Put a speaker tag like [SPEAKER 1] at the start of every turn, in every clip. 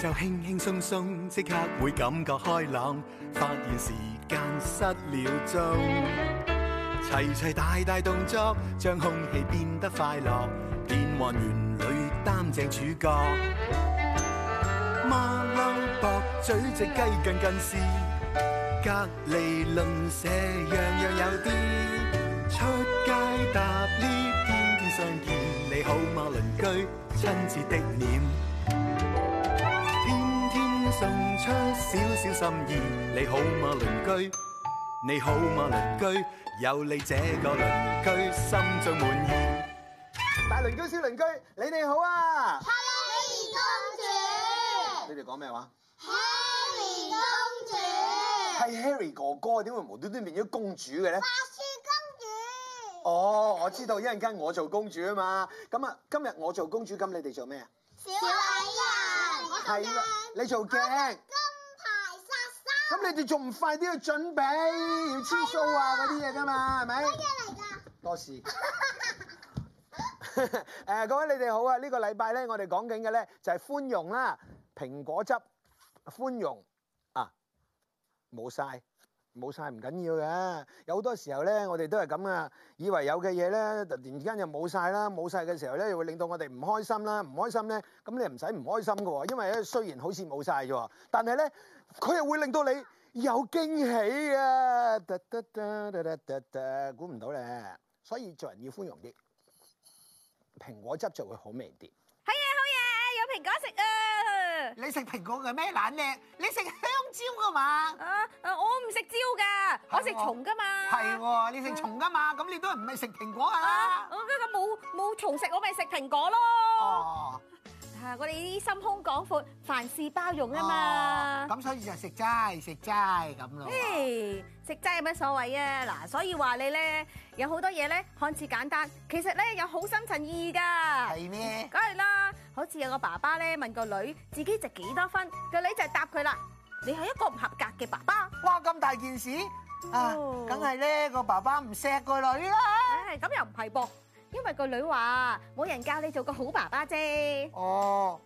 [SPEAKER 1] 就輕輕鬆鬆，即刻會感覺開朗，發現時間失了蹤。齊齊大大動作，將空氣變得快樂，變幻園裏擔正主角。馬騮駁嘴隻雞近近視，隔離鄰舍樣樣有啲。出街搭 lift，天天相見，你好嗎鄰居？親切的臉。送出少少心意，你好嗎鄰居？你好嗎鄰居？有你這個鄰居，心中滿意。
[SPEAKER 2] 大鄰居、小鄰居，你哋好啊
[SPEAKER 3] ！Harry 公主，
[SPEAKER 2] 你哋講咩話
[SPEAKER 3] ？Harry 公主，
[SPEAKER 2] 係 Harry 哥哥，點會無端端變咗公主嘅咧？
[SPEAKER 3] 白雪公
[SPEAKER 2] 主。哦，我知道，一陣間我做公主啊嘛。咁啊，今日我做公主，咁你哋做咩啊？
[SPEAKER 3] 小矮人。
[SPEAKER 2] 係啦。你做鏡，金
[SPEAKER 3] 牌殺手。
[SPEAKER 2] 咁你哋仲唔快啲去準備？要黐數啊嗰啲嘢㗎嘛，係咪？
[SPEAKER 3] 咩嘢嚟㗎？
[SPEAKER 2] 多士。誒，各位你哋好啊！呢個禮拜咧，我哋講緊嘅咧就係寬容啦，蘋果汁寬容啊，冇晒，冇晒唔緊要嘅。有好多時候咧，我哋都係咁啊，以為有嘅嘢咧，突然之間又冇晒啦，冇晒嘅時候咧，又會令到我哋唔開心啦，唔開心咧，咁你唔使唔開心嘅喎，因為咧雖然好似冇晒啫，但係咧佢又會令到你有驚喜啊！得得得得得得，估唔到咧，所以做人要寬容啲。蘋果汁就會好味啲。
[SPEAKER 4] 係啊，好嘢，有蘋果食啊！
[SPEAKER 5] 你食蘋果嘅咩懶叻？你食香蕉噶嘛？
[SPEAKER 4] 啊，我唔食蕉㗎，我食蟲㗎嘛。啊
[SPEAKER 5] 係喎，你食蟲㗎嘛？咁你都唔係食蘋果啊㗎啦。
[SPEAKER 4] 我嗰個冇冇蟲食，我咪食蘋果咯。
[SPEAKER 5] 哦，
[SPEAKER 4] 嚇！我哋啲心胸廣闊，凡事包容啊嘛。
[SPEAKER 5] 哦咁啊所以就食齋食齋咁咯。
[SPEAKER 4] 誒，食齋有乜所謂啊？嗱，所以話你咧有好多嘢咧看似簡單，其實咧有好深層意義㗎。
[SPEAKER 5] 係咩？
[SPEAKER 4] 梗係啦，好似有個爸爸咧問個女自己值幾多分，個女就答佢啦：你係一個唔合格嘅爸爸。
[SPEAKER 5] 哇！咁大件事啊，
[SPEAKER 4] 哦
[SPEAKER 5] 梗係咧個爸爸唔錫個女啦。
[SPEAKER 4] 誒，咁又唔係噃，因為個女話冇人教你做個好爸爸啫。
[SPEAKER 2] 哦。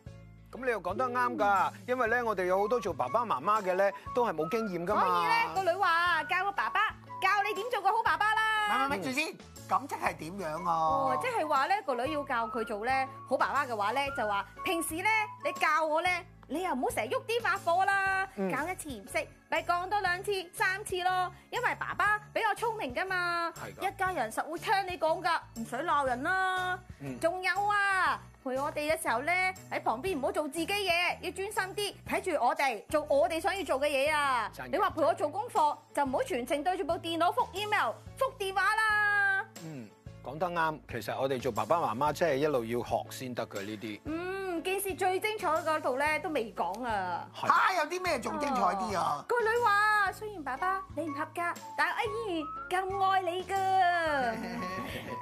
[SPEAKER 2] 咁你又講得啱㗎，因為咧，我哋有好多做爸爸媽媽嘅咧，都係冇經驗㗎嘛。
[SPEAKER 4] 所以咧，個女話教個爸爸教你點做個好爸爸啦。
[SPEAKER 5] 咪咪咪住先，咁即係點樣
[SPEAKER 4] 嗯
[SPEAKER 5] 啊？
[SPEAKER 4] 哦，即係話咧，個女要教佢做咧好爸爸嘅話咧，就話平時咧你教我咧，你又唔好成日喐啲把火啦，
[SPEAKER 2] 嗯
[SPEAKER 4] 教一次唔識，咪講多兩次、三次咯。因為爸爸比較聰明㗎嘛，
[SPEAKER 2] 係㗎
[SPEAKER 4] 一家人實會聽你講㗎，唔使鬧人啦。
[SPEAKER 2] 嗯
[SPEAKER 4] 仲有啊，陪我哋嘅時候咧，喺旁邊唔好做自己嘢，要專心啲睇住我哋做我哋想要做嘅嘢啊
[SPEAKER 2] 真！嘅
[SPEAKER 4] 你話陪我做功課就唔好全程對住部電腦覆 email、覆電話啦。
[SPEAKER 2] 嗯，講得啱。其實我哋做爸爸媽媽，真係一路要學先得㗎呢啲。
[SPEAKER 4] 嗯，件事最精彩嗰度咧都未講啊！
[SPEAKER 5] 嚇，有啲咩仲精彩啲啊？
[SPEAKER 4] 個女話：雖然爸爸你唔合格，但我依然咁愛你㗎。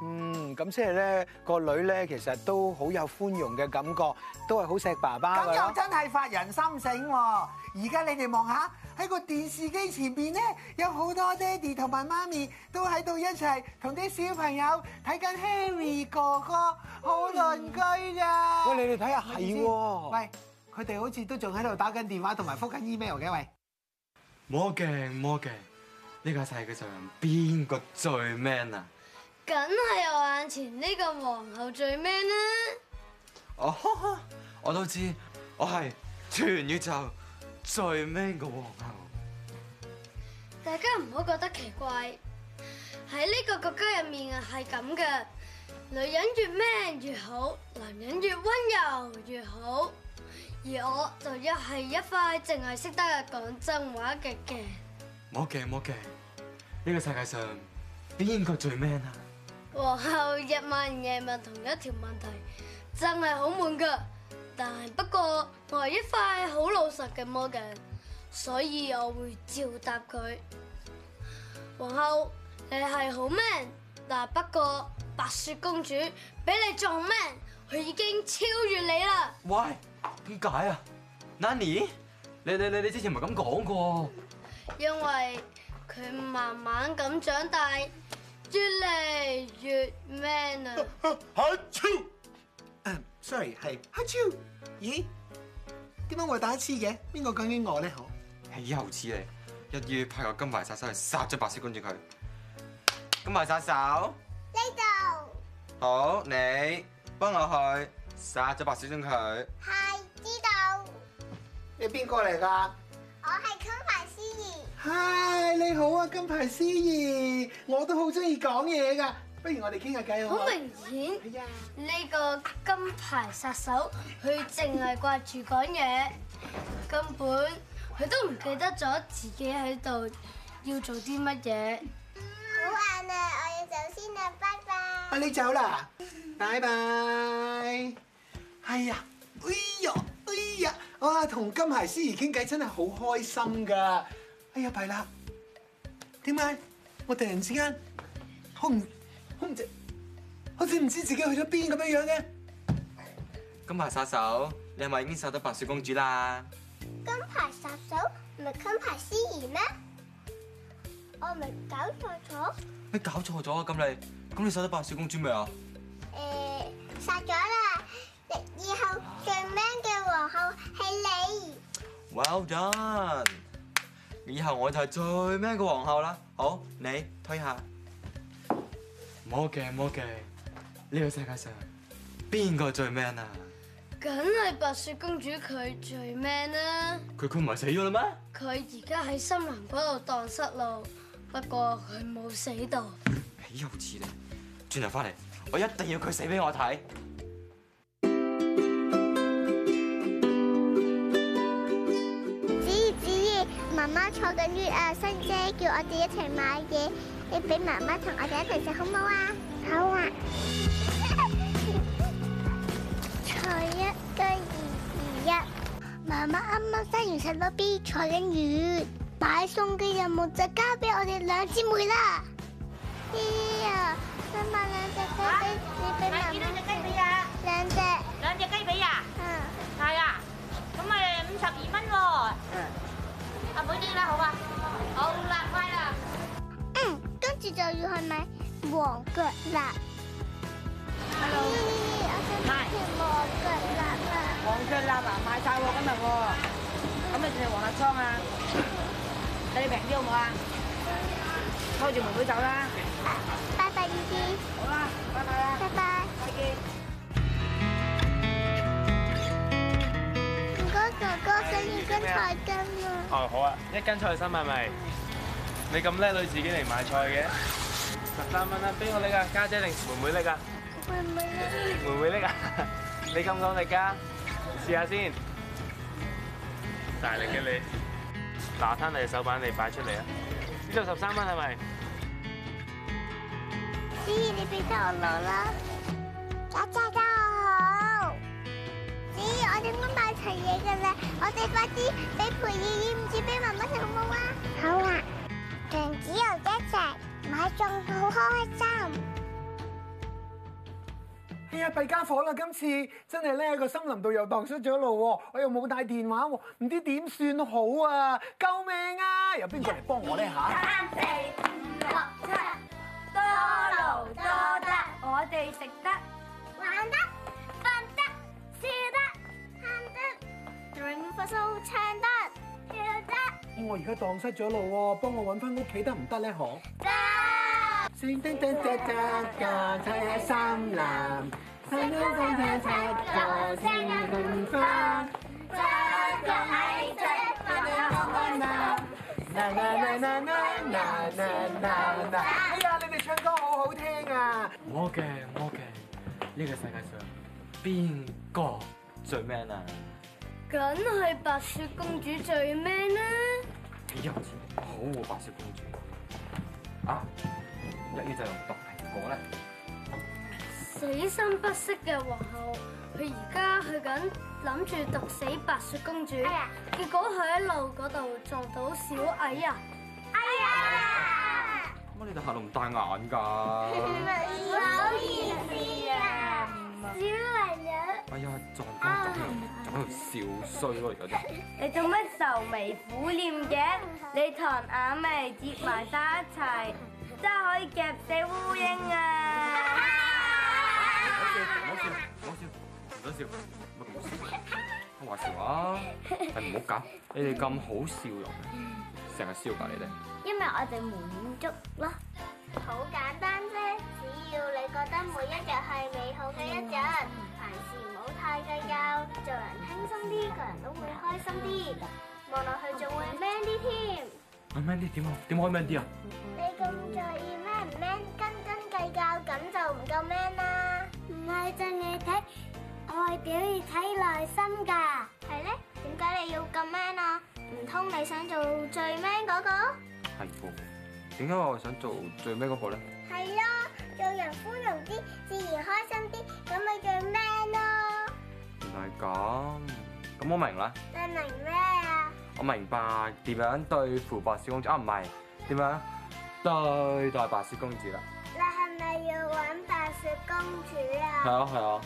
[SPEAKER 2] 嗯，咁即係咧，個女咧其實都好有寬容嘅感覺，都係好錫爸爸
[SPEAKER 5] 咁
[SPEAKER 2] 㗎
[SPEAKER 5] 又
[SPEAKER 2] 啦。
[SPEAKER 5] 真啊係發人心醒喎！而家你哋望下喺個電視機前邊咧，有好多爹哋同埋媽咪都喺度一齊同啲小朋友睇緊 Harry 哥哥好鄰居㗎。
[SPEAKER 2] 喂，你哋睇下
[SPEAKER 5] 你
[SPEAKER 2] 係
[SPEAKER 5] 知
[SPEAKER 2] 喎。
[SPEAKER 5] 喂，佢哋好似都仲喺度打緊電話同埋覆緊 email 嘅喂。
[SPEAKER 6] 魔鏡魔鏡，呢、個世界上邊個最 man 啊？
[SPEAKER 7] 梗係我眼前呢個皇后最 man 啦！
[SPEAKER 6] 哦，哈哈我都知，我係全宇宙最 man 嘅皇后。
[SPEAKER 7] 大家唔好覺得奇怪，喺呢個國家入面啊係咁嘅，女人越 man 越好，男人越温柔越好。而我就一係一塊淨係識得講真話嘅鏡。
[SPEAKER 6] 魔鏡魔鏡，呢、個世界上邊個最 man 啊？
[SPEAKER 7] 皇后日問夜問同一條問題，真係好悶噶。但不過我係一塊好老實嘅魔鏡，所以我會照答佢。皇后，你係好 man，但不過白雪公主比你仲 man，佢啊已經超越你啦。
[SPEAKER 6] 喂，點解啊？Nanny，你你你你之前唔係咁講過？
[SPEAKER 7] 因為佢慢慢咁長大，越嚟越 man 啊！
[SPEAKER 5] 阿超，sorry 係阿超。咦？點解我打黐嘅？邊個講緊我咧？好，
[SPEAKER 6] 豈有此理！一於派個金牌殺手去殺咗白色公主佢。金牌殺手，
[SPEAKER 3] 呢度
[SPEAKER 6] 好，你幫我去殺咗白色公主佢。
[SPEAKER 3] 係知道，
[SPEAKER 5] 你邊個嚟㗎？
[SPEAKER 3] 我係金牌司儀，
[SPEAKER 5] 嗨，你好啊，金牌司儀，我都好中意講嘢㗎，不如我哋傾下偈好唔
[SPEAKER 7] 好
[SPEAKER 5] 好？
[SPEAKER 7] 明顯，
[SPEAKER 5] 係啊，
[SPEAKER 7] 呢個金牌殺手佢淨係掛住講嘢，根本佢都唔記得咗自己喺度要做啲乜嘢。
[SPEAKER 3] 好晏啊，我要走先啦，拜拜
[SPEAKER 5] 啊。你走啦，拜拜。哎呀，哎呀，哎呀，哇，同金牌司儀傾偈真係好開心㗎。哎呀，弊啦，點解我突然之間好唔好唔知，好似唔知自己去咗邊咁樣樣嘅？
[SPEAKER 6] 金牌殺手，你係咪已經殺咗白雪公主啦？
[SPEAKER 3] 金牌殺手唔係金牌司儀咩？我唔係搞錯咗，
[SPEAKER 6] 你搞錯咗啊！咁你，咁你殺咗白雪公主未啊？
[SPEAKER 3] 誒殺咗啦！以後最 man 嘅皇后係你。
[SPEAKER 6] Well done！以後我就係最咩嘅皇后啦。好，你推下。魔鏡魔鏡，呢個世界上邊個最 man 啊？
[SPEAKER 7] 梗係白雪公主佢最 man 啦，
[SPEAKER 6] 佢佢唔係死咗啦咩？
[SPEAKER 7] 佢而家喺森林嗰度蕩失路，不過佢冇死到。
[SPEAKER 6] 豈有此理！轉頭翻嚟，我一定要佢死俾我睇。
[SPEAKER 3] 子怡子怡，媽媽坐緊月啊，新姐叫我哋一齊買嘢，你俾媽媽同我哋一齊食好唔好啊？好啊。 菜一雞二二一，媽媽啱啱生完細佬 B，坐緊月，買餸嘅任務就交俾我哋兩姊妹啦。姨姨啊，想買兩隻雞俾你俾媽
[SPEAKER 8] 買
[SPEAKER 3] 媽食，
[SPEAKER 8] 幾多隻雞髀啊？
[SPEAKER 3] 兩隻，
[SPEAKER 8] 兩隻雞髀啊？
[SPEAKER 3] 嗯，
[SPEAKER 8] 係啊，咁咪五十二蚊喎。
[SPEAKER 4] Ừ.
[SPEAKER 8] 阿妹啲啦，好啊，好啦，乖啦。
[SPEAKER 3] 嗯，跟住就要去買黃腳辣。我想買條黃腳鴨啊！
[SPEAKER 8] Hello，黃腳臘啊，賣晒喎今日喎。咁你食黃辣湯啊？睇你平啲好唔好啊？拖住妹妹走啦。
[SPEAKER 3] 拜拜，姨姨，
[SPEAKER 8] 好啦，拜拜啦，
[SPEAKER 3] 拜拜。
[SPEAKER 8] 再見。
[SPEAKER 3] 唔該哥哥，想要根菜根啊！
[SPEAKER 9] 哦，好啊，一斤菜心係咪？你咁叻女自己嚟買菜嘅？十三蚊啦，邊個拎啊？家姐定妹妹拎啊？
[SPEAKER 3] 妹妹咧，
[SPEAKER 9] 妹妹拎啊？你咁講力㗎？試下先。大力嘅你，嗱，攤你手板你擺出嚟啊！呢度十三蚊係咪？
[SPEAKER 3] 子怡你俾得我攞啦。家姐家好，子怡我哋啱買齊嘢㗎啦，我哋快啲俾陪姨姨唔知俾媽媽好冇啊！好啊，同子由一齊買餸好開心。
[SPEAKER 5] 哎呀，弊家伙啦！今次真係咧個森林度又蕩失咗路喎，我又冇帶電話喎，唔知點算好啊！救命啊！有邊個嚟幫我咧吓？
[SPEAKER 8] 三四五六七，多勞多得，我哋食得、玩得、瞓得、笑得、喊得、整發蘇唱得、跳得。
[SPEAKER 5] 我而家蕩失咗路喎，幫我揾翻屋企得唔得咧？可？叮叮叮叮叮叮，睇下森林，睇下睇下睇下星咁翻，
[SPEAKER 8] 得個矮仔，瞓得好開心。
[SPEAKER 5] 嗱嗱嗱嗱嗱嗱嗱嗱，哎呀，你哋唱歌好好聽啊！
[SPEAKER 6] 魔鏡魔鏡，呢個世界上邊個最 man 啊？
[SPEAKER 7] 梗係白雪公主最 man 啦，
[SPEAKER 6] 豈有此理！好冇白雪公主啊！一於就用毒蘋果啦。
[SPEAKER 7] 死心不息嘅皇后，佢而家去緊諗住毒死白雪公主，結果佢喺路嗰度撞到小矮人。
[SPEAKER 6] 乜你對喉嚨唔帶眼㗎？
[SPEAKER 3] 唔好意思啊，小朋友，
[SPEAKER 6] 哎呀，撞到撞到撞到笑衰咯，而家真係。
[SPEAKER 7] 你做乜愁眉苦臉嘅？你糖眼咪接埋晒一齊，真係可以夾死烏蠅啊！
[SPEAKER 6] 唔好笑，唔好笑，唔好笑，唔好笑，唔好笑。話時話，係唔好搞，你哋咁好笑容，成日笑㗎你哋。
[SPEAKER 10] 因為我哋滿足咯。
[SPEAKER 3] 好簡單啫，只要你覺得每一日係美好嘅一日，凡事唔好太計較，做人輕鬆啲，個人都會開心啲，望落去仲會 man 啲添。
[SPEAKER 6] 阿 man 啲點啊？點開 man 啲啊？
[SPEAKER 3] 你咁在意 man 唔 man，斤斤計較，咁就唔夠 man 啦。唔係淨係睇外表而睇內心㗎。係咧，點解你要咁 man 啊？唔通你想做最 man 嗰個？
[SPEAKER 6] 係喎，點解我想做最尾嗰個咧？
[SPEAKER 3] 係咯，做人寬容啲，自然開心啲，咁咪最 man 咯。
[SPEAKER 6] 原來係咁，咁我明啦，
[SPEAKER 3] 你明咩啊？
[SPEAKER 6] 我明白點樣對付白雪公主啊，唔係點樣對待白雪公主啦。
[SPEAKER 3] 你係咪要揾白雪公主
[SPEAKER 6] 係
[SPEAKER 3] 啊？
[SPEAKER 6] 啊係啊，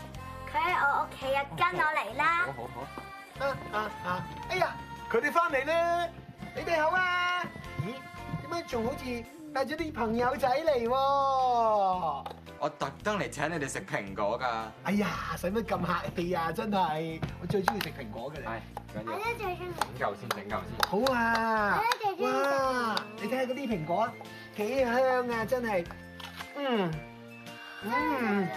[SPEAKER 3] 佢喺我屋企啊，跟我嚟啦
[SPEAKER 6] 好！好好。
[SPEAKER 2] 啊啊啊！哎呀，佢哋翻嚟啦！你哋好啊！咦，點解仲好似帶咗啲朋友仔嚟喎？
[SPEAKER 11] 我特登嚟請你哋食蘋果㗎。
[SPEAKER 2] 哎呀，使乜咁客氣啊！真係，我最中意食蘋果嘅啦。
[SPEAKER 6] 唉，唔緊要，
[SPEAKER 3] 都最中意，
[SPEAKER 6] 整嚿先，整嚿先。
[SPEAKER 2] 好啊！
[SPEAKER 5] à,
[SPEAKER 3] 我都最中意食
[SPEAKER 2] 哇！你睇下嗰啲蘋果啊，幾香
[SPEAKER 5] à,
[SPEAKER 2] 啊！真係，
[SPEAKER 5] Ừ,
[SPEAKER 2] 嗯嗯。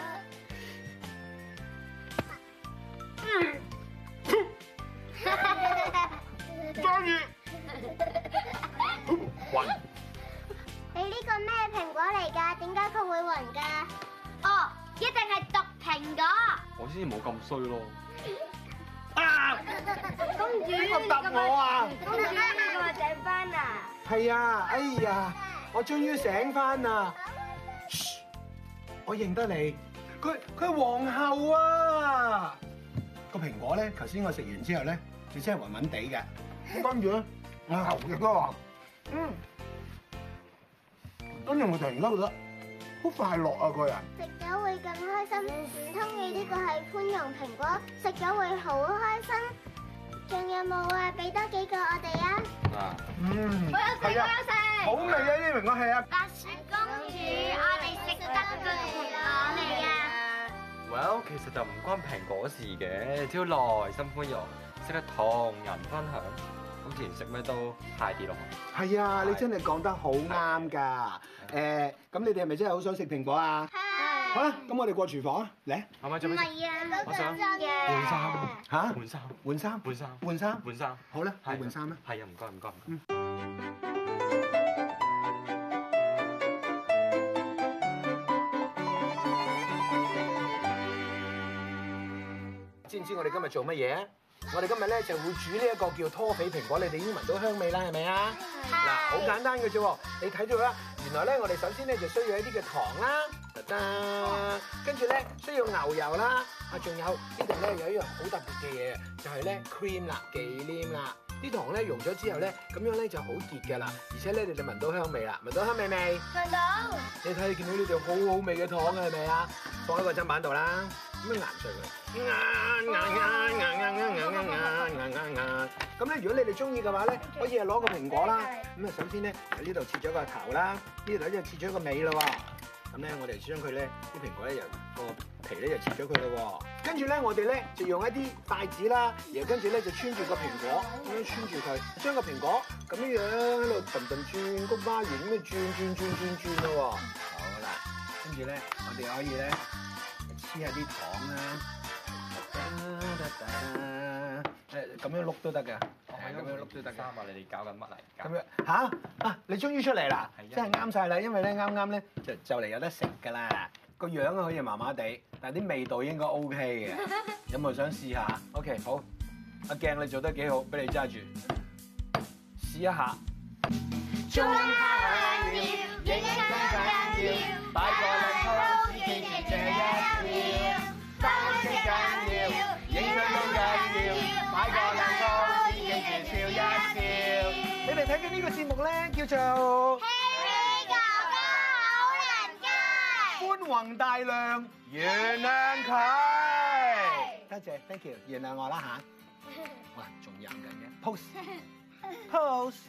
[SPEAKER 3] 你呢個咩蘋果嚟㗎？點解佢會暈㗎？哦，一定係毒蘋果。
[SPEAKER 6] 我先至冇咁衰咯。
[SPEAKER 3] 公主，
[SPEAKER 2] 邊個答我啊？
[SPEAKER 3] 公主，你個仔翻啊！
[SPEAKER 2] 係
[SPEAKER 5] à,
[SPEAKER 2] 啊！哎呀，我終於醒翻啦！噓我認得你，佢佢係皇后啊！
[SPEAKER 5] à.
[SPEAKER 2] 個蘋果咧，頭先我食完之後咧，就真係暈暈地嘅。咁跟住咧，我
[SPEAKER 5] Ờ,
[SPEAKER 2] 喉亦都話，嗯，跟住我突然間覺得好快樂啊！個人
[SPEAKER 3] 食咗會咁開心，唔通你呢個係寬容蘋果，食咗會好開心？仲有冇啊？俾多幾個我哋啊！
[SPEAKER 6] 啊，
[SPEAKER 2] 嗯，
[SPEAKER 3] 我
[SPEAKER 2] 係啊，好味啊！呢啲蘋果係啊，
[SPEAKER 3] 白雪公主，我哋食得個蘋果嚟啊！
[SPEAKER 6] Well，其實就唔關蘋果事嘅，只要內心寬容，識得同人分享，咁自然食咩都派啲落去。
[SPEAKER 2] 係啊！你真係講得好啱㗎。誒，咁你哋係咪真係好想食蘋果啊？好啦，咁我哋過廚房啊，嚟啊
[SPEAKER 6] 係咪
[SPEAKER 3] 唔
[SPEAKER 6] 做咩先？
[SPEAKER 3] 係啊，
[SPEAKER 6] 我想
[SPEAKER 3] 嘅
[SPEAKER 6] 換衫
[SPEAKER 2] 嚇，
[SPEAKER 6] 換衫，
[SPEAKER 2] 換衫，
[SPEAKER 6] 換衫，
[SPEAKER 2] 換衫，
[SPEAKER 6] 換衫。
[SPEAKER 2] 好啦，
[SPEAKER 6] 係
[SPEAKER 2] 換衫啦。
[SPEAKER 6] 係啊，唔該唔該唔該。
[SPEAKER 2] 知唔知我哋今日做乜嘢？我哋今日咧就會煮呢一個叫拖肥蘋果，你哋已經聞到香味啦，係咪啊？嗱，好簡單嘅啫喎，你睇到啦，原來咧我哋首先咧就需要一啲嘅糖啦，得得，跟住咧需要牛油啦，啊仲有呢度咧有一樣好特別嘅嘢，就係咧 cream 啦，忌廉啦。啲糖咧溶咗之後咧，咁樣咧就好結㗎啦，而且咧你哋聞到香味啦，聞到香味未？
[SPEAKER 3] 聞到。
[SPEAKER 2] 你睇你見到呢度好好味嘅糖係咪啊？放喺個砧板度啦，咁樣硬碎佢。硬硬硬硬硬硬硬硬硬。咁咧，如果你哋中意嘅話咧，可以係攞個蘋果啦。咁啊，首先咧喺呢度切咗個頭啦，呢度就切咗個尾啦喎。咁咧，我哋將佢咧啲蘋果咧由個皮咧就切咗佢啦喎。跟住咧，我哋咧就用一啲筷子啦，然後跟住咧就穿住個蘋果咁樣穿住佢，將個蘋果咁樣樣喺度揼揼轉，菊花園咁樣轉轉轉轉轉啦喎。好啦，跟住咧，我哋可以咧黐下啲糖啦，誒咁樣碌都得㗎，係咁樣碌都得㗎
[SPEAKER 6] 衫。啊！你哋搞緊乜嚟㗎？
[SPEAKER 2] 咁樣吓？
[SPEAKER 1] À,
[SPEAKER 2] 啊！你終於出嚟啦
[SPEAKER 6] 係啊，
[SPEAKER 2] 真係啱晒啦！因為咧啱啱咧就就嚟有得食㗎啦，個樣好似麻麻地，但係啲味道應該 O K 嘅。有冇想試下？OK，好。阿鏡你做得幾好，俾你揸住，試一下。
[SPEAKER 3] 中間兩秒，影相緊要，擺個靚 pose 記住這一秒。翻屋緊要，影相都緊要，擺個靚 pose 記住笑一笑。
[SPEAKER 2] 你哋睇緊呢個節目咧，叫做
[SPEAKER 3] Harry 哥哥好人
[SPEAKER 2] 《
[SPEAKER 3] 街，
[SPEAKER 2] 寬宏大量》，
[SPEAKER 6] 原諒佢。
[SPEAKER 2] 多謝，thank you，原諒我啦吓，哇，仲飲緊嘅，pose，pose。